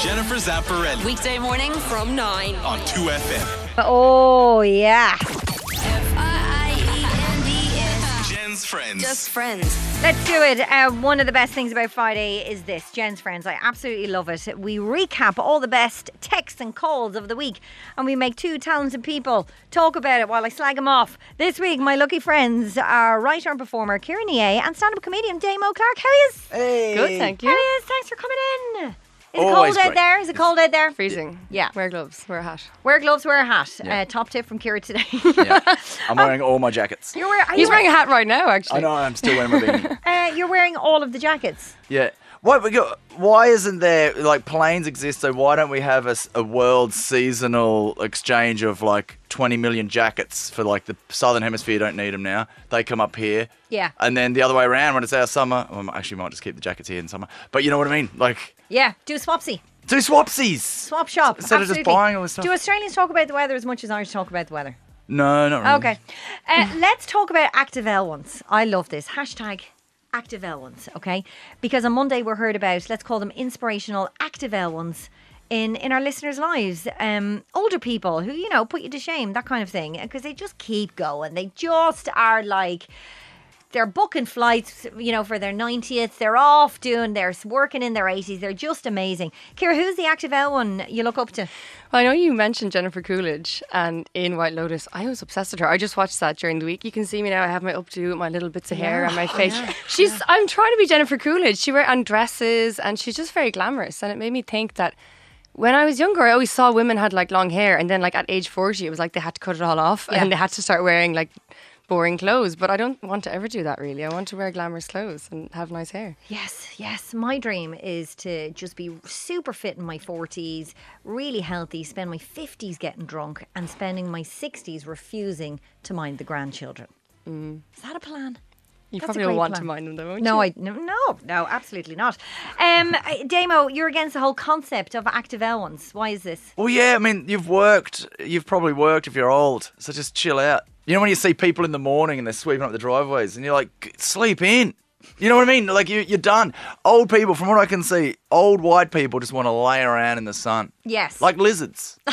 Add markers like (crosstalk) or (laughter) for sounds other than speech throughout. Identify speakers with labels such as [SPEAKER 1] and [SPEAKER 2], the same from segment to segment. [SPEAKER 1] Jennifer Zapparelli
[SPEAKER 2] Weekday morning from 9.
[SPEAKER 1] on 2FM.
[SPEAKER 3] Oh, yeah.
[SPEAKER 2] F-R-I-E-N-D-S.
[SPEAKER 1] Jen's friends.
[SPEAKER 2] Just friends.
[SPEAKER 3] Let's do it. Uh, one of the best things about Friday is this Jen's Friends. I absolutely love it. We recap all the best texts and calls of the week, and we make two talented people talk about it while I slag them off. This week, my lucky friends are writer and performer Kieran EA and stand up comedian Damo Clark. How is?
[SPEAKER 4] Hey.
[SPEAKER 5] Good, thank
[SPEAKER 3] How
[SPEAKER 5] you.
[SPEAKER 3] is? Thanks for coming in. Is it
[SPEAKER 4] Always
[SPEAKER 3] cold out
[SPEAKER 4] great.
[SPEAKER 3] there? Is it cold out there?
[SPEAKER 5] Freezing.
[SPEAKER 3] Yeah.
[SPEAKER 5] Wear gloves. Wear a hat.
[SPEAKER 3] Wear gloves, wear a hat.
[SPEAKER 4] Yeah.
[SPEAKER 3] Uh, top tip from Kira today.
[SPEAKER 4] I'm wearing all my jackets.
[SPEAKER 3] (laughs) Um, you're wearing, are
[SPEAKER 5] He's
[SPEAKER 3] you
[SPEAKER 5] wearing a hat right now,
[SPEAKER 4] I
[SPEAKER 5] actually.
[SPEAKER 4] know I'm still wearing my
[SPEAKER 3] (laughs)
[SPEAKER 4] beanie.
[SPEAKER 3] Uh, you're wearing all of the jackets.
[SPEAKER 4] yeah. Why, we got, why isn't there like planes exist? So why don't we have a, s- a world seasonal exchange of like 20 million jackets for like the southern hemisphere? Don't need them now. They come up here.
[SPEAKER 3] Yeah.
[SPEAKER 4] And then the other way around when it's our summer. Well, I actually might just keep the jackets here in summer. But you know what I mean? Like
[SPEAKER 3] Yeah, do a swapsy.
[SPEAKER 4] do swapsies.
[SPEAKER 3] Swap shop.
[SPEAKER 4] Instead of just
[SPEAKER 3] Absolutely.
[SPEAKER 4] buying all this stuff.
[SPEAKER 3] Do Australians talk about the weather as much as Irish talk about the weather?
[SPEAKER 4] No, not really.
[SPEAKER 3] Okay. Uh, let's talk about active L once. I love this. Hashtag active L once, okay? Because on Monday we're heard about, let's call them inspirational active L ones. In, in our listeners' lives, um, older people who, you know, put you to shame, that kind of thing, because they just keep going. They just are like, they're booking flights, you know, for their 90th. They're off doing, they're working in their 80s. They're just amazing. Kira, who's the active L one you look up to?
[SPEAKER 5] I know you mentioned Jennifer Coolidge and in White Lotus. I was obsessed with her. I just watched that during the week. You can see me now. I have my updo, my little bits of hair, and my
[SPEAKER 3] Oh,
[SPEAKER 5] face. She's. I'm trying to be Jennifer Coolidge. She wear and dresses, and she's just very glamorous. And it made me think that when I was younger, I always saw women had like long hair, and then like at age forty, it was like they had to cut it all off and they had to start wearing like boring clothes. But I don't want to ever do that. Really, I want to wear glamorous clothes and have nice hair.
[SPEAKER 3] Yes, yes. My dream is to just be super fit in my 40s, really healthy, spend my 50s getting drunk, and spending my 60s refusing to mind the grandchildren. Is that a plan?
[SPEAKER 5] Mm. You
[SPEAKER 3] That's a
[SPEAKER 5] probably don't
[SPEAKER 3] great
[SPEAKER 5] want to
[SPEAKER 3] plan.
[SPEAKER 5] mind them, though. Won't
[SPEAKER 3] No,
[SPEAKER 5] you?
[SPEAKER 3] I no, no, no, absolutely not. Um, I- Damo, you're against the whole concept of active L ones. Why is this?
[SPEAKER 4] Well, yeah, I mean, you've worked. You've probably worked if you're old. So just chill out. You know, when you see people in the morning and they're sweeping up the driveways and you're like, "G- sleep in. You know what I mean? Like, you, you're done. Old people, from what I can see, old white people just want to lay around in the sun.
[SPEAKER 3] Yes.
[SPEAKER 4] Like lizards. (laughs)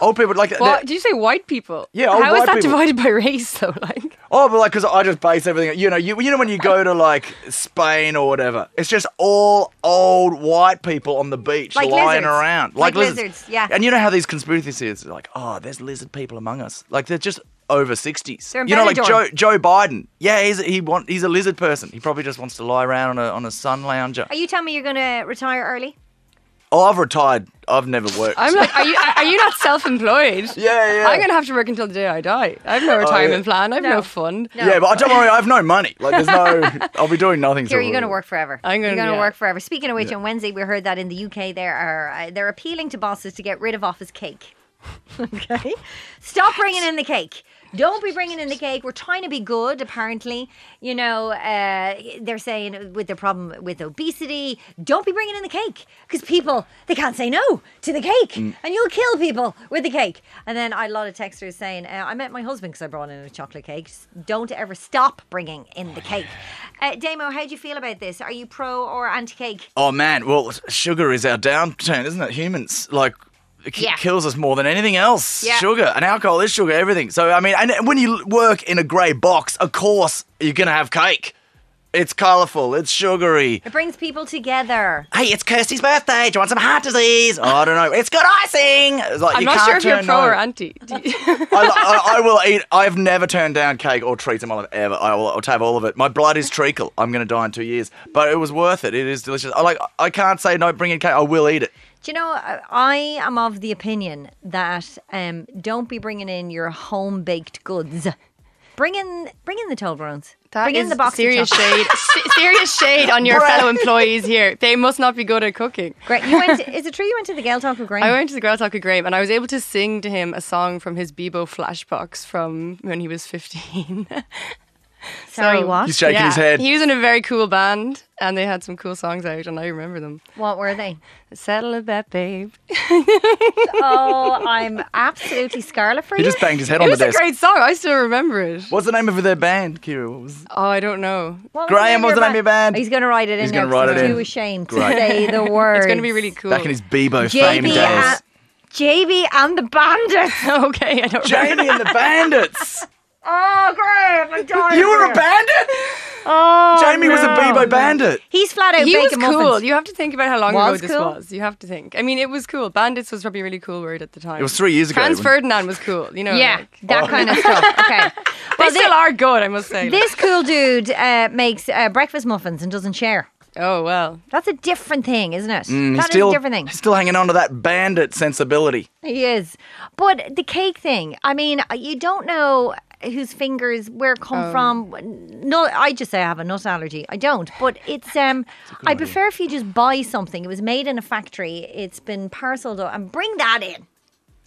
[SPEAKER 4] old people, like.
[SPEAKER 5] Well,
[SPEAKER 4] they're-
[SPEAKER 5] did you say white people?
[SPEAKER 4] Yeah,
[SPEAKER 3] oh,
[SPEAKER 4] all
[SPEAKER 5] How is
[SPEAKER 4] white
[SPEAKER 5] that
[SPEAKER 4] people.
[SPEAKER 5] divided by race though? (laughs) Like,
[SPEAKER 4] Oh, but like, because I just base everything. You know, you, you know when you go to like Spain or whatever, it's just all old white people on the beach
[SPEAKER 3] Like
[SPEAKER 4] lying
[SPEAKER 3] lizards.
[SPEAKER 4] around,
[SPEAKER 3] Like lizards, yeah.
[SPEAKER 4] And you know how these conspiracy theories are like, oh, there's lizard people among us. Like they're just over sixties.
[SPEAKER 3] They're in
[SPEAKER 4] You know, like Joe
[SPEAKER 3] Benidorm.
[SPEAKER 4] Joe Biden. Yeah, he's he want he's a lizard person. He probably just wants to lie around on a on a sun lounger.
[SPEAKER 3] Are Uh, you telling me you're going to retire early?
[SPEAKER 4] Oh, I've retired. I've never worked.
[SPEAKER 5] I'm like, are you are you not (laughs) self-employed?
[SPEAKER 4] Yeah, yeah.
[SPEAKER 5] I'm gonna have to work until the day I die. I have no retirement plan. I have no,
[SPEAKER 3] No.
[SPEAKER 5] fund.
[SPEAKER 4] Yeah, but I don't worry. I have no money. Like there's no.
[SPEAKER 3] (laughs)
[SPEAKER 4] I'll be doing nothing. till-
[SPEAKER 3] Kira, you're going to work forever.
[SPEAKER 5] I'm gonna-
[SPEAKER 3] you're going to
[SPEAKER 5] yeah.
[SPEAKER 3] work forever. Speaking of which, on Wednesday we heard that in the UK there are uh, they're appealing to bosses to get rid of office cake. okay, stop bringing in the cake. Don't be bringing in the cake. We're trying to be good, apparently. You know, uh, they're saying with the problem with obesity, don't be bringing in the cake because people they can't say no to the cake, and you'll kill people with the cake. And then I had a lot of texters saying, uh, "I met my husband because I brought in a chocolate cake." Just don't ever stop bringing in the cake. Uh, Damo, how do you feel about this? Are you pro or anti cake?
[SPEAKER 4] Oh man, well, sugar is our downturn, isn't it? Humans like it ki-
[SPEAKER 3] Yeah.
[SPEAKER 4] kills us more than anything else.
[SPEAKER 3] Yeah.
[SPEAKER 4] Sugar and alcohol is sugar, everything. So I mean, and when you l- work in a grey box, of course you're gonna have cake. It's colourful. It's sugary.
[SPEAKER 3] It brings people together.
[SPEAKER 4] Hey, it's Kirsty's birthday. Do you want some heart disease? Oh, I don't know. It's got icing. It's like,
[SPEAKER 5] I'm
[SPEAKER 4] you
[SPEAKER 5] not
[SPEAKER 4] can't
[SPEAKER 5] sure if you're
[SPEAKER 4] turn
[SPEAKER 5] pro
[SPEAKER 4] no.
[SPEAKER 5] or anti. (laughs) Do you-
[SPEAKER 4] I,
[SPEAKER 5] (laughs)
[SPEAKER 4] I, I will eat. I've never turned down cake or treats in my life ever. I will, I'll have all of it. My blood is treacle. I'm going to die in two years, but it was worth it. It is delicious. I like. I can't say no. Bring in cake. I will eat it.
[SPEAKER 3] Do you know, I I am of the opinion that um, don't be bringing in your home baked goods. Bring in, bring in the Toblerones.
[SPEAKER 5] That
[SPEAKER 3] bring in
[SPEAKER 5] is
[SPEAKER 3] the box.
[SPEAKER 5] serious shade.
[SPEAKER 4] (laughs)
[SPEAKER 5] se- serious shade on your fellow employees here. They must not be good at cooking.
[SPEAKER 3] Great. You
[SPEAKER 5] (laughs)
[SPEAKER 3] went. is it true you went to the Gael Talk with Graham?
[SPEAKER 5] I went to the Girl Talk with Graham and I was able to (laughs) sing to him a song from his Bebo flashbox from when he was 15.
[SPEAKER 3] Sorry,
[SPEAKER 5] So-
[SPEAKER 3] what?
[SPEAKER 4] He's shaking
[SPEAKER 5] yeah.
[SPEAKER 4] his head.
[SPEAKER 5] He was in a very cool band, and they had some cool songs out, and I remember them.
[SPEAKER 3] What were they?
[SPEAKER 5] Settle a bet, babe.
[SPEAKER 3] Oh, I'm absolutely scarlet for
[SPEAKER 4] He
[SPEAKER 3] you.
[SPEAKER 4] just banged his
[SPEAKER 5] It
[SPEAKER 4] head on the
[SPEAKER 5] was a
[SPEAKER 4] desk.
[SPEAKER 5] great song. I still remember it.
[SPEAKER 4] What's the name of their band, Kira? What was
[SPEAKER 5] Oh, I don't know.
[SPEAKER 3] What was
[SPEAKER 4] Graham,
[SPEAKER 3] name
[SPEAKER 4] what's the name of your band?
[SPEAKER 3] He's going to write it in.
[SPEAKER 4] He's
[SPEAKER 3] now
[SPEAKER 4] gonna
[SPEAKER 3] 'cause
[SPEAKER 4] write it
[SPEAKER 3] he's
[SPEAKER 4] in.
[SPEAKER 3] Too ashamed to
[SPEAKER 4] Great.
[SPEAKER 3] say
[SPEAKER 4] (laughs)
[SPEAKER 3] the word.
[SPEAKER 5] It's going to be really cool.
[SPEAKER 4] back in his Bebo fame
[SPEAKER 3] JB
[SPEAKER 4] days?
[SPEAKER 3] and, JB and
[SPEAKER 5] (laughs)
[SPEAKER 3] the Bandits.
[SPEAKER 5] okay, I don't remember.
[SPEAKER 4] Jamie and the
[SPEAKER 5] (laughs)
[SPEAKER 4] Bandits.
[SPEAKER 3] Oh, Graham,
[SPEAKER 4] (laughs)
[SPEAKER 3] I died.
[SPEAKER 4] You were a bandit.
[SPEAKER 3] Oh,
[SPEAKER 4] Jamie was a
[SPEAKER 3] no.
[SPEAKER 4] Bebo bandit.
[SPEAKER 3] He's flat out
[SPEAKER 5] He was
[SPEAKER 3] baking
[SPEAKER 5] cool.
[SPEAKER 3] muffins.
[SPEAKER 5] You have to think about how long
[SPEAKER 3] Was
[SPEAKER 5] ago this
[SPEAKER 3] cool?
[SPEAKER 5] was. You have to think. I mean, it was cool. Bandits was probably a really cool word at the time.
[SPEAKER 4] It was three years ago.
[SPEAKER 5] Franz
[SPEAKER 4] when-
[SPEAKER 5] Ferdinand was cool. You know,
[SPEAKER 3] Yeah,
[SPEAKER 5] like-
[SPEAKER 3] that
[SPEAKER 4] Oh.
[SPEAKER 3] kind of stuff. Okay.
[SPEAKER 5] they still are good. I must say.
[SPEAKER 3] (laughs) This cool dude uh, makes uh, breakfast muffins and doesn't share.
[SPEAKER 5] oh well.
[SPEAKER 3] That's a different thing, isn't it? That
[SPEAKER 4] Mm,
[SPEAKER 3] is
[SPEAKER 4] he's still,
[SPEAKER 3] a different thing.
[SPEAKER 4] he's still hanging on to that bandit sensibility.
[SPEAKER 3] He is. But the cake thing, I mean, uh, you don't know whose fingers where it come from. No, I just say I have a nut allergy. I don't. But it's um I prefer if you just buy something. It was made in a factory. It's been parceled up and bring that in.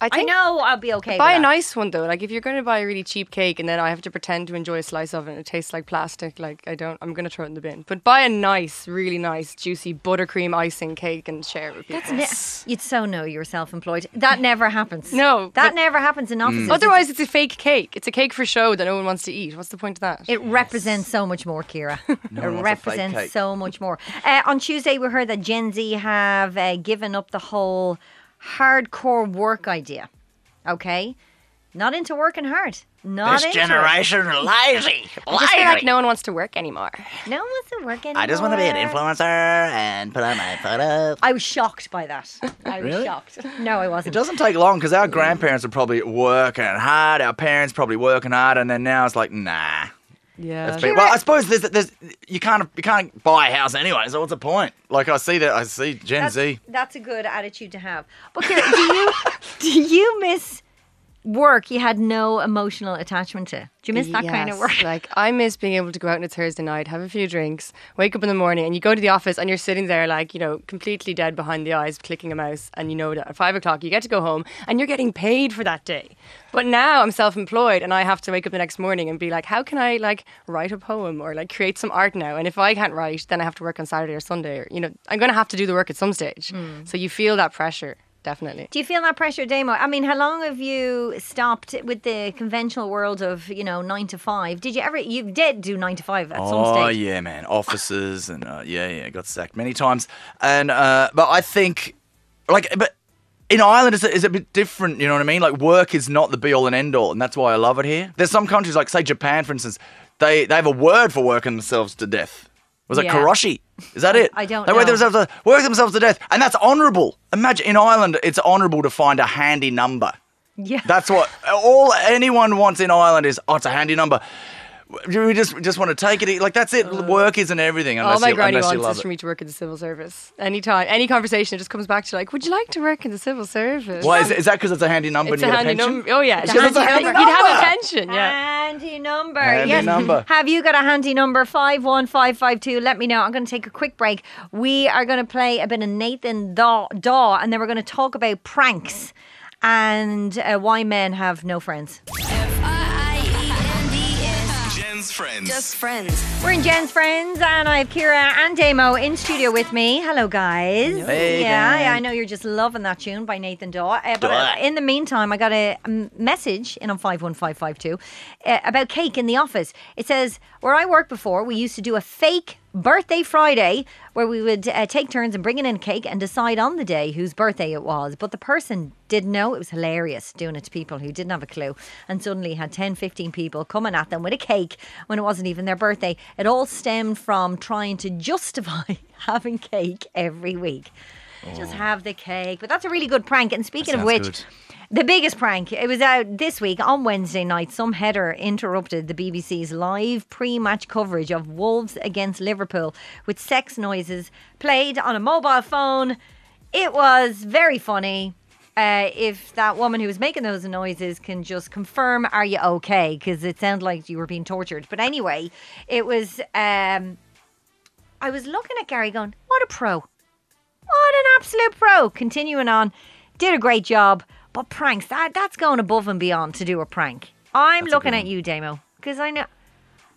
[SPEAKER 5] I
[SPEAKER 3] I
[SPEAKER 5] think.
[SPEAKER 3] know I'll be okay.
[SPEAKER 5] Buy
[SPEAKER 3] with
[SPEAKER 5] a
[SPEAKER 3] that.
[SPEAKER 5] nice one though. Like if you're going to buy a really cheap cake and then I have to pretend to enjoy a slice of it and it tastes like plastic, like I don't, I'm going to throw it in the bin. But buy a nice, really nice, juicy buttercream icing cake and share it with people.
[SPEAKER 3] That's ne- you'd so know you're self-employed.
[SPEAKER 5] (laughs)
[SPEAKER 3] That never happens.
[SPEAKER 5] No,
[SPEAKER 3] that
[SPEAKER 5] but-
[SPEAKER 3] never happens in offices.
[SPEAKER 5] Otherwise, it's a fake cake. It's a cake for show that no one wants to eat. What's the point of that?
[SPEAKER 3] It represents so much more, Kira.
[SPEAKER 5] (laughs)
[SPEAKER 4] one
[SPEAKER 3] it
[SPEAKER 4] wants a fake
[SPEAKER 3] represents
[SPEAKER 4] cake.
[SPEAKER 3] so much more. Uh, on Tuesday, we heard that Gen Z have uh, given up the whole hardcore work idea. Okay, not into working hard. Not into it.
[SPEAKER 6] are lazy.
[SPEAKER 5] I just feel like no one wants to work anymore.
[SPEAKER 3] No one wants to work anymore.
[SPEAKER 6] I just want to be an influencer and put on my photo.
[SPEAKER 3] I was shocked by that. I was shocked. No, I wasn't.
[SPEAKER 4] It doesn't take long because our grandparents are probably working hard. Our parents probably working hard, and then now it's like, nah.
[SPEAKER 5] Yeah.
[SPEAKER 4] But- well, I suppose there's, there's you can't you can't buy a house anyway. So what's the point? Like I see that I see Gen
[SPEAKER 3] that's,
[SPEAKER 4] Z.
[SPEAKER 3] that's a good attitude to have. But Kira, do you (laughs) do you miss work you had no emotional attachment to? Do you miss that kind of
[SPEAKER 5] Yes,
[SPEAKER 3] work?
[SPEAKER 5] Like I miss being able to go out on a Thursday night, have a few drinks, wake up in the morning, and you go to the office and you're sitting there like you know completely dead behind the eyes, clicking a mouse, and you know that at five o'clock you get to go home and you're getting paid for that day. But now I'm self-employed and I have to wake up the next morning and be like, how can I like write a poem or like create some art now? And if I can't write, then I have to work on Saturday or Sunday. Or, you know, I'm going to have to do the work at some stage. So you feel that pressure definitely.
[SPEAKER 3] Do you feel that pressure, Damo? I mean, how long have you stopped with the conventional world of you know nine to five? Did you ever? You did do nine to five at
[SPEAKER 4] oh
[SPEAKER 3] some stage.
[SPEAKER 4] yeah, man, officers and uh, yeah, yeah, got sacked many times. And uh, but I think like but in Ireland it's a, it's a bit different. You know what I mean? Like work is not the be all and end all, and that's why I love it here. There's some countries like say Japan, for instance, they they have a word for working themselves to death. Was it
[SPEAKER 5] Yeah.
[SPEAKER 4] karoshi? Is that it?
[SPEAKER 3] I don't
[SPEAKER 4] They work
[SPEAKER 3] know.
[SPEAKER 4] themselves to, work themselves to death, and that's honourable. Imagine in Ireland, it's honourable to find a handy number.
[SPEAKER 3] Yeah.
[SPEAKER 4] That's what all anyone wants in Ireland is. Oh, it's a handy number. We just we just want to take it. Like that's it. Work isn't everything. Unless
[SPEAKER 5] Uh, All my
[SPEAKER 4] you,
[SPEAKER 5] granny
[SPEAKER 4] unless you
[SPEAKER 5] wants
[SPEAKER 4] love
[SPEAKER 5] is
[SPEAKER 4] it.
[SPEAKER 5] for me to work in the civil service. Anytime, any conversation, it just comes back to like, would you like to work in the civil service?
[SPEAKER 4] Why is, it, is that? Because it's a handy number.
[SPEAKER 5] It's a
[SPEAKER 4] and you
[SPEAKER 5] handy
[SPEAKER 4] get a pension?
[SPEAKER 5] number. Oh yeah,
[SPEAKER 3] It's a
[SPEAKER 5] she's like,
[SPEAKER 3] handy
[SPEAKER 5] you'd
[SPEAKER 3] number.
[SPEAKER 5] have a pension. Yeah.
[SPEAKER 3] Handy number.
[SPEAKER 4] Handy
[SPEAKER 3] yes.
[SPEAKER 4] number.
[SPEAKER 3] Have you got a handy number? 51552. Let me know. I'm going to take a quick break. We are going to play a bit of Nathan Daw, Daw and then we're going to talk about pranks and uh, why men have no friends.
[SPEAKER 2] F-R-I-E-N-D-S.
[SPEAKER 1] Jen's friends.
[SPEAKER 2] Just friends.
[SPEAKER 3] We're in Jen's Friends, and I have Kira and Damo in studio with me. Hello, guys.
[SPEAKER 4] Hey,
[SPEAKER 3] yeah,
[SPEAKER 4] guys.
[SPEAKER 3] yeah, I know you're just loving that tune by Nathan Daw. Uh, but uh, in the meantime, I got a um, message in on 51552 uh, about cake in the office. It says, Where I worked before, we used to do a fake birthday Friday where we would uh, take turns and bringing in cake and decide on the day whose birthday it was. But the person didn't know. It was hilarious doing it to people who didn't have a clue and suddenly had 10, 15 people coming at them with a cake when it wasn't even their birthday. It all stemmed from trying to justify (laughs) having cake every week. Just have the cake. But that's a really good prank. And speaking of
[SPEAKER 4] sounds
[SPEAKER 3] which,
[SPEAKER 4] good.
[SPEAKER 3] the biggest prank, it was out this week on Wednesday night. Some header interrupted the BBC's live pre match coverage of Wolves against Liverpool with sex noises played on a mobile phone. It was very funny. Uh, if that woman who was making those noises can just confirm, are you okay? Because it sounded like you were being tortured. But anyway, it was. Um, I was looking at Gary going, what a pro. What an absolute pro. Continuing on, did a great job. But pranks, that, that's going above and beyond to do a prank. I'm looking at you, Damo, because I know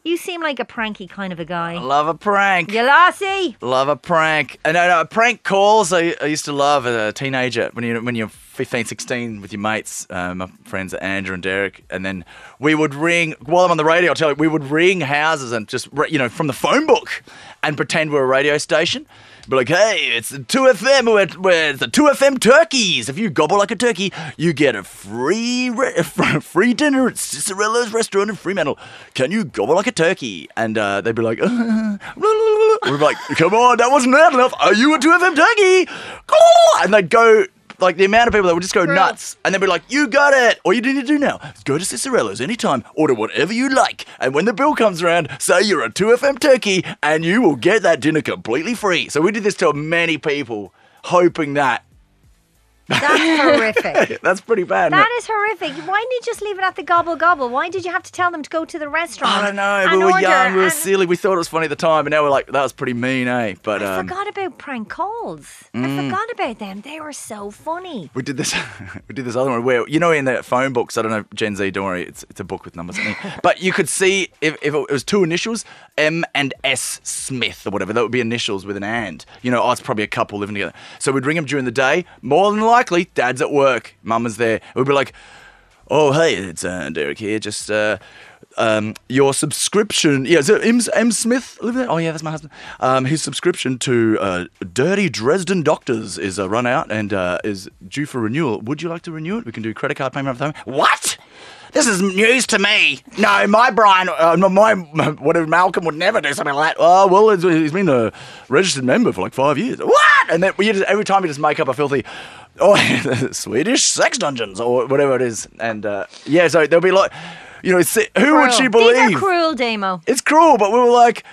[SPEAKER 3] You seem like a pranky kind of a guy.
[SPEAKER 4] Love a prank.
[SPEAKER 3] You lassie.
[SPEAKER 4] Love a prank. Uh, no, no, prank calls I, I used to love as a teenager when, you, when you're 15, 16 with your mates. Uh, my friends are Andrew and Derek. And then we would ring, while I'm on the radio, I'll tell you, we would ring houses and just, re- you know, from the phone book and pretend we're a radio station. Be like, hey, it's the 2FM, we're, we're the 2FM turkeys. If you gobble like a turkey, you get a free re- (laughs) free dinner at Cicerillo's restaurant in Fremantle. Can you gobble like a turkey? And uh, they'd be like, (laughs) We'd be like, come on, that wasn't loud enough. Are you a 2FM turkey? (laughs) And they'd go, like, the amount of people that would just go nuts. And they'd be like, you got it. All you need to do now is go to Cicerello's anytime, order whatever you like. And when the bill comes around, say you're a 2FM turkey and you will get that dinner completely free. So we did this to many people, hoping that. (laughs)
[SPEAKER 3] That's horrific.
[SPEAKER 4] That's pretty bad. isn't it?
[SPEAKER 3] That is horrific. Why didn't you just leave it at the gobble gobble? Why did you have to tell them to go to the restaurant?
[SPEAKER 4] I don't know.
[SPEAKER 3] and
[SPEAKER 4] We were
[SPEAKER 3] order
[SPEAKER 4] young, we were
[SPEAKER 3] and-
[SPEAKER 4] silly. We thought it was funny at the time, and now we're like, that was pretty mean, eh? But
[SPEAKER 3] I
[SPEAKER 4] um,
[SPEAKER 3] forgot about prank calls.
[SPEAKER 4] Mm.
[SPEAKER 3] I forgot about them. They were so funny.
[SPEAKER 4] we did this. (laughs) we did this other one where you know in the phone books. I don't know Gen Z. Don't worry, it's it's a book with numbers. in it. but you could see if, if it was two initials, M and S Smith or whatever. That would be initials with an and. You know, oh, it's probably a couple living together. So we'd ring them during the day. More than likely, Dad's at work, Mum is there. We'd be like. Oh, hey, it's uh, Derek here. Just uh, um, your subscription. Yeah, is it M. M. Smith live there? Oh, yeah, that's my husband. Um, his subscription to uh, Dirty Dresden Doctors is uh, run out and uh, is due for renewal. Would you like to renew it? We can do credit card payment over time. What? This is news to me. No, my Brian, uh, my, my whatever Malcolm would never do something like that. Oh well, it's- he's been a registered member for like five years. What? And then you just, every time you just make up a filthy, (laughs) oh, Swedish sex dungeons or whatever it is. And uh, yeah, so there'll be like, you know, si- who would she
[SPEAKER 3] Cruel. These
[SPEAKER 4] believe?
[SPEAKER 3] are cruel, Damo.
[SPEAKER 4] it's cruel, but we were like,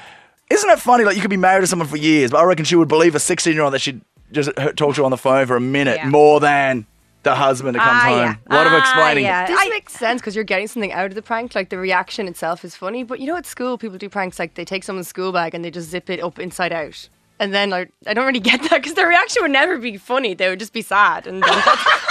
[SPEAKER 4] isn't it funny? Like you could be married to someone for years, but I reckon she would believe a sixteen-year-old that she'd just h- talk to on the phone for a minute
[SPEAKER 3] Yeah.
[SPEAKER 4] more than the husband that comes
[SPEAKER 3] Ah,
[SPEAKER 4] home.
[SPEAKER 3] yeah.
[SPEAKER 4] A lot of
[SPEAKER 3] Ah,
[SPEAKER 4] explaining.
[SPEAKER 3] yeah.
[SPEAKER 5] This
[SPEAKER 3] I-
[SPEAKER 5] makes sense because you're getting something out of the prank. Like the reaction itself is funny, but you know at school people do pranks like they take someone's school bag and they just zip it up inside out. And then like I don't really get (laughs) that because their reaction would never be funny. They would just be sad. And then (laughs)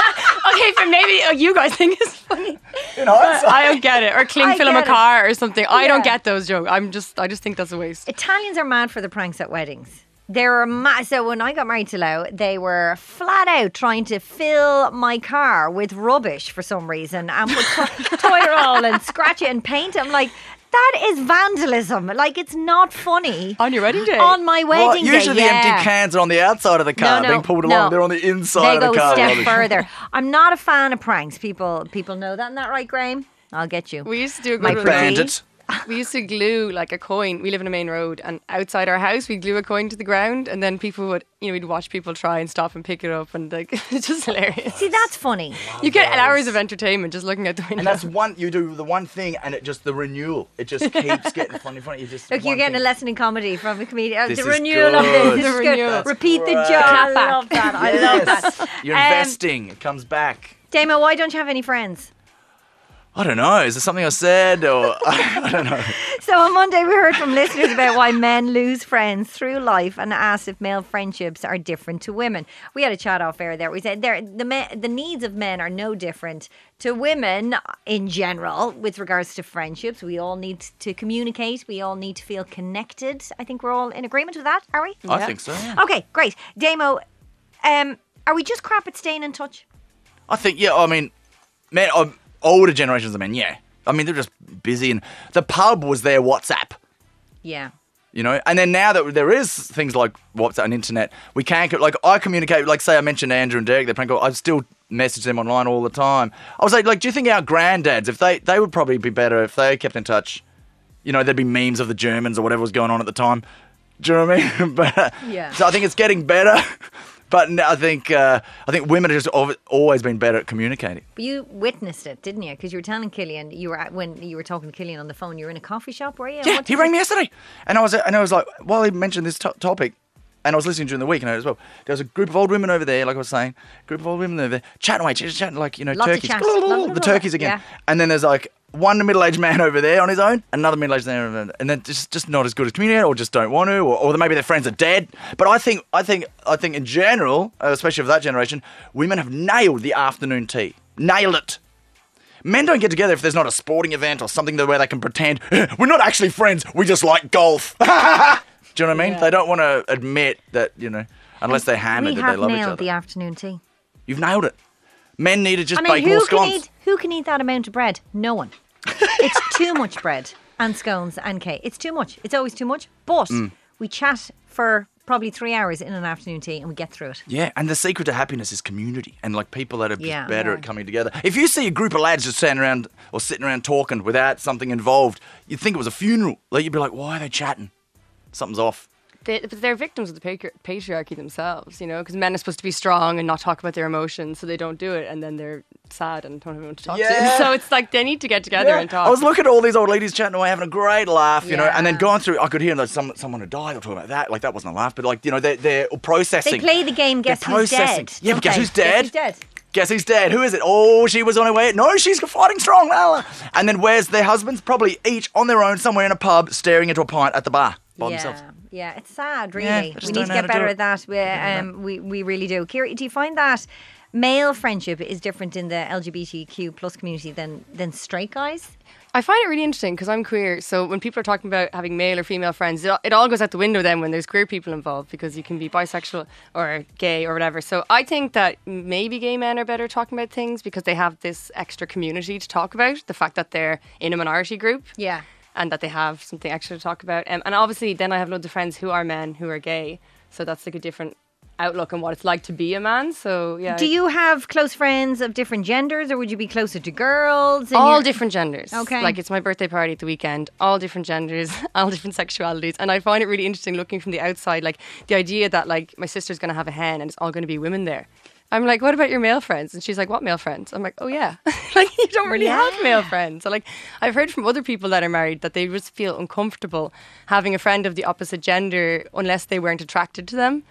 [SPEAKER 5] okay, but maybe oh, you guys think it's
[SPEAKER 3] (laughs)
[SPEAKER 5] funny.
[SPEAKER 4] In hindsight.
[SPEAKER 5] I don't get it. Or cling
[SPEAKER 3] I
[SPEAKER 5] film a
[SPEAKER 3] get it.
[SPEAKER 5] car or something. I don't
[SPEAKER 3] Yeah.
[SPEAKER 5] get those jokes. I'm just I just think that's a waste.
[SPEAKER 3] Italians are mad for the pranks at weddings. They were ma- so when I got married to Lau, they were flat out trying to fill my car with rubbish for some reason and would
[SPEAKER 4] (laughs)
[SPEAKER 3] to- toy roll and scratch it and paint it. I'm like, that is vandalism. Like it's not funny.
[SPEAKER 5] On your wedding day.
[SPEAKER 3] On my wedding
[SPEAKER 4] Well,
[SPEAKER 3] day,
[SPEAKER 4] usually the
[SPEAKER 3] yeah.
[SPEAKER 4] empty cans are on the outside of the car
[SPEAKER 3] No, no,
[SPEAKER 4] being pulled
[SPEAKER 3] no.
[SPEAKER 4] along. They're on the inside
[SPEAKER 3] They
[SPEAKER 4] of
[SPEAKER 3] go
[SPEAKER 4] the car.
[SPEAKER 3] a step
[SPEAKER 4] Rubbish.
[SPEAKER 3] further. I'm not a fan of pranks. People, people know that, isn't that right, Graham? I'll get you.
[SPEAKER 5] we used to do a
[SPEAKER 3] My
[SPEAKER 5] good one.
[SPEAKER 3] pretty.
[SPEAKER 4] Bandit.
[SPEAKER 5] We used to glue like a coin. We live in a main road, and outside our house, we'd glue a coin to the ground, and then people would, you know, we'd watch people try and stop and pick it up, and like (laughs) it's just hilarious.
[SPEAKER 3] See, that's funny.
[SPEAKER 5] You get hours of entertainment just looking out the window.
[SPEAKER 4] And that's one you do the one thing and it just the renewal. It
[SPEAKER 3] (laughs)
[SPEAKER 4] just keeps getting funny funny. You just
[SPEAKER 3] Look, you're
[SPEAKER 4] one
[SPEAKER 3] getting a
[SPEAKER 4] thing.
[SPEAKER 3] lesson in comedy from a comedian. Oh,
[SPEAKER 4] This
[SPEAKER 3] the
[SPEAKER 4] is
[SPEAKER 3] renewal of this.
[SPEAKER 4] good.
[SPEAKER 3] this
[SPEAKER 5] The
[SPEAKER 3] is good.
[SPEAKER 5] renewal.
[SPEAKER 3] Repeat the
[SPEAKER 4] great.
[SPEAKER 3] joke. I
[SPEAKER 5] Clap back.
[SPEAKER 3] love that. I love that.
[SPEAKER 4] Yes. You're
[SPEAKER 3] Um,
[SPEAKER 4] investing. It comes back.
[SPEAKER 3] Damo, why don't you have any friends?
[SPEAKER 4] I don't know. Is there something I said or I don't know.
[SPEAKER 3] So on Monday, we heard from listeners about why men lose friends through life and asked if male friendships are different to women. We had a chat off air there. We said there the me- the needs of men are no different to women in general with regards to friendships. We all need to communicate. We all need to feel connected. I think we're all in agreement with that, are we?
[SPEAKER 4] I think so. yeah.
[SPEAKER 3] Okay, great. Damo, um, are we just crap at staying in touch?
[SPEAKER 4] I think yeah. I mean, man, um, older generations of men. Yeah. I mean, they're just busy and the pub was their WhatsApp.
[SPEAKER 3] Yeah.
[SPEAKER 4] you know. And then now that there is things like WhatsApp and internet, we can not like I communicate. Like say I mentioned Andrew and Derek, they prank call. I still message them online all the time. I was like, like, do you think our granddads, if they they would probably be better if they kept in touch? You know, there'd be memes of the Germans or whatever was going on at the time. Do you know what I mean? (laughs) but,
[SPEAKER 3] Yeah.
[SPEAKER 4] So I think it's getting better. (laughs) But no, I think uh, I think women have just al- always been better at communicating.
[SPEAKER 3] But you witnessed it, didn't you? Because you were telling Killian, you were at, when you were talking to Killian on the phone, you were in a coffee shop, were you? And
[SPEAKER 4] Yeah,
[SPEAKER 3] what
[SPEAKER 4] he
[SPEAKER 3] did
[SPEAKER 4] rang
[SPEAKER 3] you-
[SPEAKER 4] me yesterday, and I was and I was like, while he mentioned this to topic, and I was listening during the week, and I as well, there was a group of old women over there, like I was saying, group of old women over there, chatting away, chatting, chatting like you know,
[SPEAKER 3] Lots of
[SPEAKER 4] turkeys,
[SPEAKER 3] chat. Blah, blah, blah,
[SPEAKER 4] the turkeys
[SPEAKER 3] blah.
[SPEAKER 4] again,
[SPEAKER 3] Yeah.
[SPEAKER 4] and then there's like one middle-aged (laughs) man over there on his own, another middle-aged man, over there, and then just just not as good as communicator, or just don't want to, or, or maybe their friends are dead. But I think I think I think in general, uh, especially of that generation, women have nailed the afternoon tea, nailed it. Men don't get together if there's not a sporting event or something that- where they can pretend "Eh, we're not actually friends. We just like golf. (laughs) Do you know what I mean? They don't want to admit that you know, unless they're hammered,
[SPEAKER 3] we
[SPEAKER 4] that they
[SPEAKER 3] have
[SPEAKER 4] love each
[SPEAKER 3] nailed
[SPEAKER 4] other.
[SPEAKER 3] the afternoon tea.
[SPEAKER 4] You've nailed it. Men need to just
[SPEAKER 3] I mean,
[SPEAKER 4] bake more
[SPEAKER 3] who can
[SPEAKER 4] scones.
[SPEAKER 3] eat who can eat that amount of bread? No
[SPEAKER 4] (laughs)
[SPEAKER 3] one. it's too much bread and scones and cake. It's too much. It's always too much. But
[SPEAKER 4] Mm.
[SPEAKER 3] we chat for probably three hours in an afternoon tea and we get through it.
[SPEAKER 4] Yeah, and the secret to happiness is community and like people that are just
[SPEAKER 3] Yeah.
[SPEAKER 4] better at coming together. If you see a group of lads just standing around or sitting around talking without something involved, you'd think it was a funeral. Like you'd be like, why are they chatting? Something's off.
[SPEAKER 5] (laughs) They, but they're victims of the patri- patriarchy themselves, you know, because men are supposed to be strong and not talk about their emotions, so they don't do it, and then they're sad and don't have anyone to talk
[SPEAKER 4] Yeah.
[SPEAKER 5] to. (laughs) So it's like they need to get together and talk.
[SPEAKER 4] I was looking at all these old ladies chatting away, having a great laugh, you know, and then
[SPEAKER 3] Yeah.
[SPEAKER 4] going through. I could hear that some, someone had died. They were talking about that. Like that wasn't a laugh, but like you know, they're, they're processing.
[SPEAKER 3] They play the game. Guess who's
[SPEAKER 4] processing.
[SPEAKER 3] dead?
[SPEAKER 4] Yeah,
[SPEAKER 3] don't
[SPEAKER 4] but guess
[SPEAKER 3] they?
[SPEAKER 4] who's dead?
[SPEAKER 3] Guess who's dead?
[SPEAKER 4] Guess who's dead? Who is it? Oh, she was on her way. No, she's fighting strong. La, la. And then where's their husbands? Probably each on their own somewhere in a pub, staring into a pint at the bar by
[SPEAKER 3] yeah.
[SPEAKER 4] themselves.
[SPEAKER 3] Yeah, it's sad, really.
[SPEAKER 4] Yeah, I just
[SPEAKER 3] we
[SPEAKER 4] don't
[SPEAKER 3] need to get
[SPEAKER 4] know how to
[SPEAKER 3] better
[SPEAKER 4] do
[SPEAKER 3] at that. We, um, we, we really do. Kiri, do you find that male friendship is different in the LGBTQ plus community than, than straight guys?
[SPEAKER 5] I find it really interesting because I'm queer. So when people are talking about having male or female friends, it all, it all goes out the window then when there's queer people involved because you can be bisexual or gay or whatever. So I think that maybe gay men are better talking about things because they have this extra community to talk about. The fact that they're in a minority group.
[SPEAKER 3] Yeah.
[SPEAKER 5] And that they have something extra to talk about. Um, and obviously, then I have loads of friends who are men who are gay. So that's like a different outlook on what it's like to be a man. So yeah.
[SPEAKER 3] Do you have close friends of different genders, or would you be closer to girls? in
[SPEAKER 5] all
[SPEAKER 3] your-
[SPEAKER 5] different genders.
[SPEAKER 3] Okay.
[SPEAKER 5] Like it's my birthday party at the weekend, all different genders, (laughs) all different sexualities. And I find it really interesting looking from the outside, like the idea that like my sister's gonna have a hen and it's all gonna be women there. I'm like, what about your male friends? And she's like, what male friends? I'm like, oh yeah, (laughs) like you don't really have male friends. So like, I've heard from other people that are married that they just feel uncomfortable having a friend of the opposite gender unless they weren't attracted to them.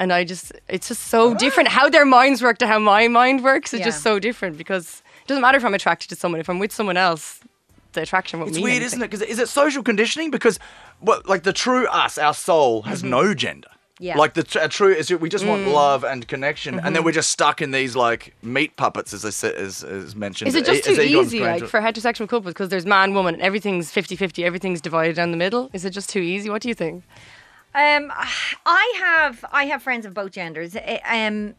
[SPEAKER 5] And I just, it's just so different how their minds work to how my mind works. It's just
[SPEAKER 3] Yeah.
[SPEAKER 5] so different because it doesn't matter if I'm attracted to someone. If I'm with someone else, the attraction won't
[SPEAKER 4] It's
[SPEAKER 5] mean
[SPEAKER 4] weird, isn't it? Because is it social conditioning? Because, well, like the true us, our soul has
[SPEAKER 5] Mm-hmm.
[SPEAKER 4] no gender.
[SPEAKER 3] Yeah.
[SPEAKER 4] Like the tr- true is we just
[SPEAKER 5] Mm.
[SPEAKER 4] want love and connection, and
[SPEAKER 5] Mm-hmm.
[SPEAKER 4] then we're just stuck in these like meat puppets, as I said, as, as mentioned. E,
[SPEAKER 5] Is it just
[SPEAKER 4] as
[SPEAKER 5] too
[SPEAKER 4] Egon's
[SPEAKER 5] easy like
[SPEAKER 4] grandchildren.
[SPEAKER 5] for heterosexual couples because there's man, woman, and everything's 50-50, everything's divided down the middle? Is it just too easy? What do you think?
[SPEAKER 3] Um, I have I have friends of both genders. I- Um,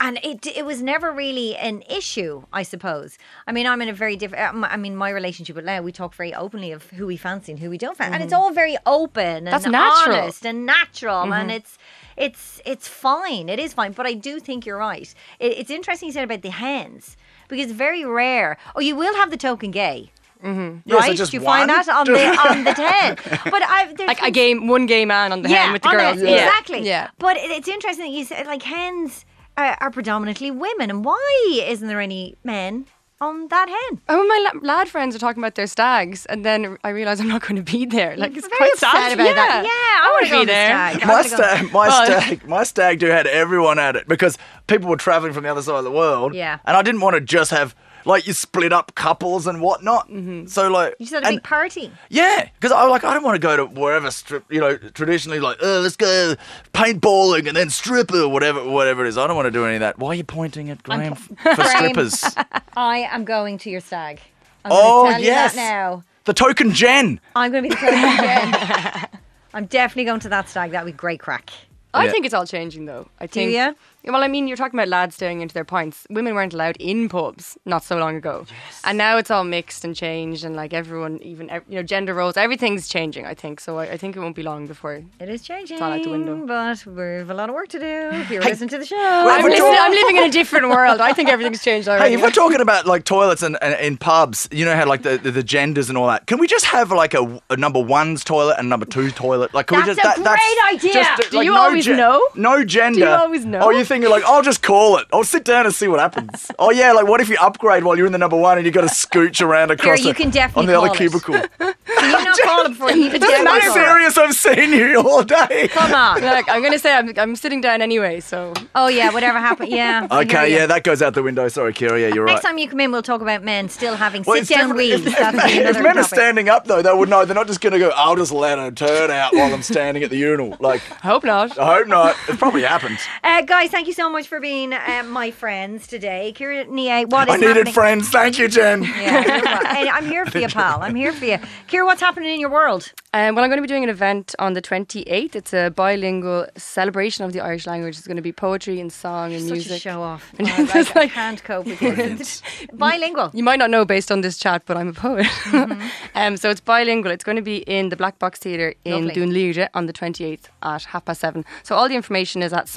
[SPEAKER 3] and it it was never really an issue, I suppose. I mean, I'm in a very different. I mean, my relationship with Lau, we talk very openly of who we fancy and who we don't fancy, and it's all very open and
[SPEAKER 5] Mm-hmm. That's natural. Mm-hmm.
[SPEAKER 3] honest and natural, and it's it's it's fine. It is fine, but I do think you're right. It, it's interesting you said about the hands because it's very rare. Oh, you will have the token gay. Mm-hmm.
[SPEAKER 4] Yeah, so
[SPEAKER 3] Right?
[SPEAKER 4] just
[SPEAKER 3] you find
[SPEAKER 4] one?
[SPEAKER 3] that on the on
[SPEAKER 4] (laughs)
[SPEAKER 3] the ten, but I there's
[SPEAKER 5] Like a gay, one gay man on the hen with the
[SPEAKER 3] on
[SPEAKER 5] girls.
[SPEAKER 3] it, Exactly.
[SPEAKER 5] Yeah.
[SPEAKER 3] But it, it's interesting that you said like hens uh, are predominantly women, and why isn't there any men on that hen?
[SPEAKER 5] Oh, my la- lad friends are talking about their stags, and then I realise I'm not going to be there. Like it's
[SPEAKER 3] Very
[SPEAKER 5] quite
[SPEAKER 3] upset
[SPEAKER 5] sad
[SPEAKER 3] about
[SPEAKER 5] yeah.
[SPEAKER 3] that. Yeah, I
[SPEAKER 5] I
[SPEAKER 3] wanna
[SPEAKER 5] want
[SPEAKER 3] go
[SPEAKER 5] to
[SPEAKER 3] on
[SPEAKER 5] be
[SPEAKER 3] the
[SPEAKER 5] there.
[SPEAKER 3] stag.
[SPEAKER 4] my
[SPEAKER 3] How's it going?
[SPEAKER 4] stag, my
[SPEAKER 5] Well-
[SPEAKER 4] stag, my stag do had everyone at it because people were traveling from the other side of the world.
[SPEAKER 3] Yeah.
[SPEAKER 4] and I didn't want to just have like you split up couples and whatnot. Mm-hmm. So like,
[SPEAKER 3] You said a
[SPEAKER 4] and-
[SPEAKER 3] big party.
[SPEAKER 4] yeah, because I like I don't want to go to wherever strip, you know, traditionally like oh, let's go paintballing and then stripper, whatever, whatever it is. I don't want to do any of that. Why are you pointing at Graham f- for strippers?
[SPEAKER 3] (laughs) I am going to your stag. I'm
[SPEAKER 4] Oh,
[SPEAKER 3] going to tell
[SPEAKER 4] yes.
[SPEAKER 3] you that now.
[SPEAKER 4] the token Jen.
[SPEAKER 3] I'm going to be the closest again. I'm definitely going to that stag. That would be great crack.
[SPEAKER 5] I
[SPEAKER 4] Yeah.
[SPEAKER 5] think it's all changing though. I think.
[SPEAKER 3] ya?
[SPEAKER 5] Well, I mean, you're talking about lads staring into their pints. Women weren't allowed in pubs not so long ago, and now it's all mixed and changed, and like everyone, even ev- you know, gender roles, everything's changing. I think so. I, I think it won't be long before.
[SPEAKER 3] It is changing,
[SPEAKER 5] all out the window.
[SPEAKER 3] but we've a lot of work to do. If you're listening to the show,
[SPEAKER 5] I'm,
[SPEAKER 4] we're
[SPEAKER 5] listening-
[SPEAKER 4] talking-
[SPEAKER 5] I'm living in a different world. I think everything's changed already.
[SPEAKER 4] Hey, if
[SPEAKER 5] (laughs)
[SPEAKER 4] we're talking about like toilets and, and, and pubs, you know how like the, the, the genders and all that. Can we just have like a, a number one's toilet and number two toilet? Like, can we
[SPEAKER 3] That's
[SPEAKER 4] just?
[SPEAKER 3] a
[SPEAKER 4] that's
[SPEAKER 3] great idea.
[SPEAKER 4] just,
[SPEAKER 5] Do you always know?
[SPEAKER 4] No gender.
[SPEAKER 5] always know?
[SPEAKER 4] Oh, you think you're like, I'll just call it. I'll sit down and see
[SPEAKER 5] (laughs)
[SPEAKER 4] what happens. oh yeah, like what if you upgrade while you're in the number one and you got to scooch around across
[SPEAKER 3] you
[SPEAKER 4] it
[SPEAKER 3] can definitely
[SPEAKER 4] on the other
[SPEAKER 3] call it. (laughs)
[SPEAKER 4] cubicuble?
[SPEAKER 3] you not call it before you even
[SPEAKER 5] Doesn't
[SPEAKER 3] get
[SPEAKER 5] matter
[SPEAKER 4] I'm
[SPEAKER 5] Call it.
[SPEAKER 4] serious. I've seen you all day.
[SPEAKER 3] Come on.
[SPEAKER 5] like, I'm gonna say I'm, I'm sitting down anyway. So
[SPEAKER 3] (laughs) Oh yeah, whatever happened. Yeah. I hear
[SPEAKER 4] Okay,
[SPEAKER 3] you.
[SPEAKER 4] yeah, that goes out the window. Sorry, Kira. Yeah, you're right.
[SPEAKER 3] Next time you come in, we'll talk about men still having
[SPEAKER 4] Well, it's
[SPEAKER 3] sit-down
[SPEAKER 4] different-
[SPEAKER 3] weeds. That'll be
[SPEAKER 4] If
[SPEAKER 3] another
[SPEAKER 4] men are
[SPEAKER 3] topic.
[SPEAKER 4] standing up though, they would know. They're not just going to go. I'll just let her turn out while I'm standing at the urinal. Like
[SPEAKER 5] I hope not.
[SPEAKER 4] I hope not. It probably happened.
[SPEAKER 3] Uh, guys, thank you so much for being uh, my friends today. Kira Nia, what is
[SPEAKER 4] I needed
[SPEAKER 3] happening?
[SPEAKER 4] friends. Thank you, Jen.
[SPEAKER 3] Yeah, you're
[SPEAKER 4] (laughs)
[SPEAKER 3] right. And I'm here for you, pal. I'm here for you. Kira, what's happening in your world?
[SPEAKER 5] Um, well, I'm going to be doing an event on the 28th. It's a bilingual celebration of the Irish language. It's going to be poetry and song and music. (laughs)
[SPEAKER 3] off.
[SPEAKER 5] And
[SPEAKER 3] I,
[SPEAKER 5] just
[SPEAKER 3] I
[SPEAKER 5] like-
[SPEAKER 3] can't cope with it. (laughs) Bilingual.
[SPEAKER 5] You might not know based on this chat, but I'm a poet.
[SPEAKER 3] Mm-hmm.
[SPEAKER 5] (laughs) um, so it's bilingual. It's going to be in the Black Box Theatre in
[SPEAKER 3] Lovely.
[SPEAKER 5] Dunleary on the 28th at half past seven. So all the information is at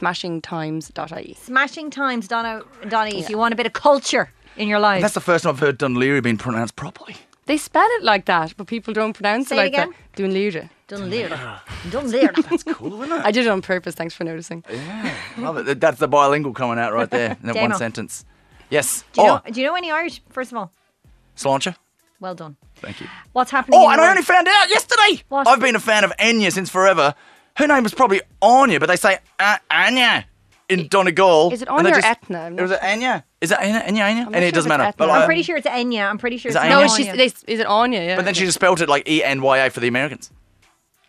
[SPEAKER 5] smashingtimes.ie.
[SPEAKER 3] Smashing times, Donna, Donny, if you want a bit of culture in your life.
[SPEAKER 4] That's the first time I've heard Dunleary being pronounced properly.
[SPEAKER 5] They spell it like that, but people don't pronounce
[SPEAKER 3] Say
[SPEAKER 5] it
[SPEAKER 3] it
[SPEAKER 5] like
[SPEAKER 3] again.
[SPEAKER 5] that. Dunleary.
[SPEAKER 3] Dunleer. Dunleer.
[SPEAKER 4] It's cool, isn't it?
[SPEAKER 5] I did it on purpose. Thanks for noticing.
[SPEAKER 4] Love it. That's the bilingual coming out right there in that one
[SPEAKER 3] Damo.
[SPEAKER 4] sentence. Yes.
[SPEAKER 3] Do you,
[SPEAKER 4] oh,
[SPEAKER 3] know, do you know any Irish, first of all?
[SPEAKER 4] Slauncher.
[SPEAKER 3] Well done.
[SPEAKER 4] Thank you.
[SPEAKER 3] What's happening?
[SPEAKER 4] Oh,
[SPEAKER 3] in
[SPEAKER 4] and
[SPEAKER 3] your
[SPEAKER 4] I
[SPEAKER 3] world?
[SPEAKER 4] only found out yesterday.
[SPEAKER 3] What?
[SPEAKER 4] I've been a fan of Anya since forever. Her name was probably Anya, but they say uh, Anya in Donegal.
[SPEAKER 5] is it
[SPEAKER 4] and they
[SPEAKER 5] Anya or
[SPEAKER 4] just-
[SPEAKER 5] Etna? I'm not
[SPEAKER 4] It was it Anya. Is that Anya? Anya? Anya?
[SPEAKER 5] not
[SPEAKER 4] Anya
[SPEAKER 5] sure
[SPEAKER 4] it doesn't
[SPEAKER 5] if it's
[SPEAKER 4] matter.
[SPEAKER 5] Etna.
[SPEAKER 4] But, uh,
[SPEAKER 5] I'm
[SPEAKER 4] I-
[SPEAKER 3] I'm pretty sure it's Enya. I'm pretty sure
[SPEAKER 4] Is
[SPEAKER 3] it's
[SPEAKER 4] it
[SPEAKER 5] No,
[SPEAKER 4] Anya?
[SPEAKER 5] she's,
[SPEAKER 3] Anya.
[SPEAKER 5] they, is it Anya? Yeah.
[SPEAKER 4] but then she just spelled it like E N Y A for the Americans.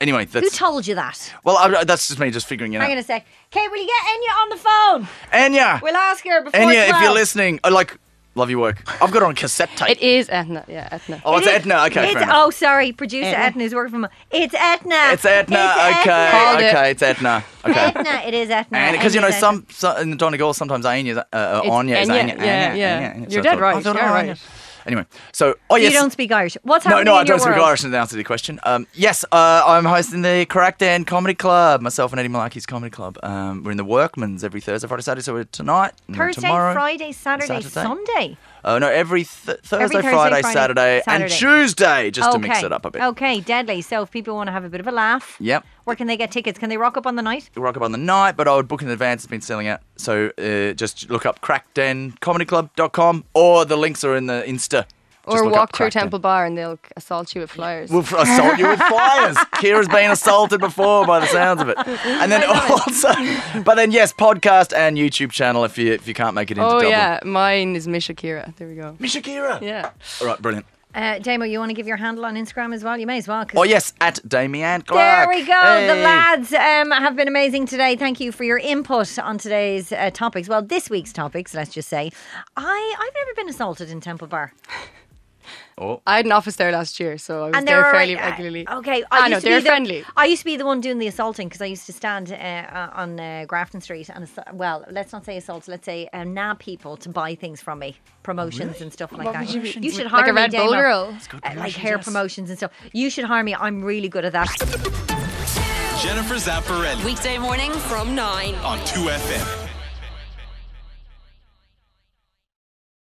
[SPEAKER 4] Anyway,
[SPEAKER 3] Who
[SPEAKER 4] that's
[SPEAKER 3] told you that?
[SPEAKER 4] well, I, that's just me just figuring it
[SPEAKER 3] Hang
[SPEAKER 4] out.
[SPEAKER 3] on a sec. Kate, will you get Enya on the phone?
[SPEAKER 4] Anya,
[SPEAKER 3] We'll ask her before
[SPEAKER 4] Anya, if
[SPEAKER 3] 12.
[SPEAKER 4] you're listening, I like love your work. I've got it on cassette tape.
[SPEAKER 5] It is Etna. Yeah, Etna.
[SPEAKER 4] oh, it's
[SPEAKER 3] It is-
[SPEAKER 4] Edna. Okay,
[SPEAKER 3] it's-
[SPEAKER 4] fair enough.
[SPEAKER 3] oh, sorry, producer Etna. is working from. It's Etna.
[SPEAKER 4] It's Etna.
[SPEAKER 3] It's
[SPEAKER 4] okay,
[SPEAKER 5] Called it.
[SPEAKER 4] okay, it's Etna.
[SPEAKER 3] (laughs)
[SPEAKER 4] Okay.
[SPEAKER 3] Etna. Etna. It is Etna.
[SPEAKER 4] And because you know
[SPEAKER 3] Enya's
[SPEAKER 4] some, some in Donegal sometimes Anya's uh, uh,
[SPEAKER 5] It's
[SPEAKER 4] Anya is
[SPEAKER 5] Enya, yeah,
[SPEAKER 4] Anya. Anya,
[SPEAKER 5] yeah.
[SPEAKER 4] Anya, Anya.
[SPEAKER 5] You're
[SPEAKER 4] I
[SPEAKER 5] dead
[SPEAKER 4] thought,
[SPEAKER 5] right,
[SPEAKER 4] I thought,
[SPEAKER 5] you're
[SPEAKER 4] oh,
[SPEAKER 5] right.
[SPEAKER 4] Anya. Anyway, so oh
[SPEAKER 3] Etna.
[SPEAKER 4] yes,
[SPEAKER 3] You don't speak Irish. What's
[SPEAKER 4] no,
[SPEAKER 3] happening?
[SPEAKER 4] no, I
[SPEAKER 3] in your
[SPEAKER 4] don't speak
[SPEAKER 3] world?
[SPEAKER 4] Irish. And the answer to the question, um, yes, uh, I'm hosting the Crackdown Comedy Club. Myself and Eddie Malaki's Comedy Club. Um, we're in the Workman's every Thursday, Friday, Saturday. So we're tonight, and then
[SPEAKER 3] Thursday,
[SPEAKER 4] tomorrow.
[SPEAKER 3] Friday, Saturday,
[SPEAKER 4] Saturday.
[SPEAKER 3] Sunday.
[SPEAKER 4] Uh, no, every th- Thursday,
[SPEAKER 3] Thursday,
[SPEAKER 4] Friday,
[SPEAKER 3] Friday,
[SPEAKER 4] Saturday, and
[SPEAKER 3] Saturday.
[SPEAKER 4] Tuesday, just
[SPEAKER 3] okay.
[SPEAKER 4] to mix it up a bit.
[SPEAKER 3] Okay, deadly. So if people want to have a bit of a laugh,
[SPEAKER 4] Yep.
[SPEAKER 3] where can they get tickets? Can they rock up on the night?
[SPEAKER 4] rock up on the night, but I would book in advance. It's been selling out. So uh, just look up crackdencomedyclub.com or the links are in the Insta. Just
[SPEAKER 5] or
[SPEAKER 4] look
[SPEAKER 5] walk
[SPEAKER 4] up
[SPEAKER 5] through a
[SPEAKER 4] Crackden.
[SPEAKER 5] temple bar and they'll assault you with flyers.
[SPEAKER 4] We'll f-
[SPEAKER 5] (laughs)
[SPEAKER 4] assault you with flyers. Kira's been assaulted before by the sounds of it. And then also, but then yes, podcast and YouTube channel if you if you can't make it into
[SPEAKER 5] oh
[SPEAKER 4] Dublin.
[SPEAKER 5] yeah, mine is Mishakira. There we go.
[SPEAKER 4] Misha Kira.
[SPEAKER 5] Yeah.
[SPEAKER 4] All right, brilliant.
[SPEAKER 3] Uh, Damo, you want to give your handle on Instagram as well? You may as well. 'cause
[SPEAKER 4] Oh yes, at Damian
[SPEAKER 3] There
[SPEAKER 4] Clark.
[SPEAKER 3] we go. The
[SPEAKER 4] Hey.
[SPEAKER 3] lads um, have been amazing today. Thank you for your input on today's uh, topics. Well, this week's topics, let's just say. I, I've never been assaulted in Temple Bar.
[SPEAKER 4] Oh.
[SPEAKER 5] I had an office there last year, so I was
[SPEAKER 3] And
[SPEAKER 5] there
[SPEAKER 3] they're
[SPEAKER 5] fairly
[SPEAKER 3] alright. Uh,
[SPEAKER 5] regularly.
[SPEAKER 3] okay.
[SPEAKER 5] I, know
[SPEAKER 3] used to
[SPEAKER 5] they're
[SPEAKER 3] be the-
[SPEAKER 5] friendly.
[SPEAKER 3] I used to be the one doing the assaulting because I used to stand uh, uh, on uh, Grafton Street and, assault, well, let's not say assault, let's say uh, nab people to buy things from me, promotions and stuff like that. You should
[SPEAKER 5] Like
[SPEAKER 3] hire
[SPEAKER 5] a
[SPEAKER 3] me,
[SPEAKER 5] Red Bull
[SPEAKER 3] Damo.
[SPEAKER 5] girl.
[SPEAKER 3] Uh, like hair promotions and stuff. You should hire me. I'm really good at that.
[SPEAKER 1] Jennifer Zapparelli
[SPEAKER 2] Weekday morning from 9.
[SPEAKER 1] on 2FM.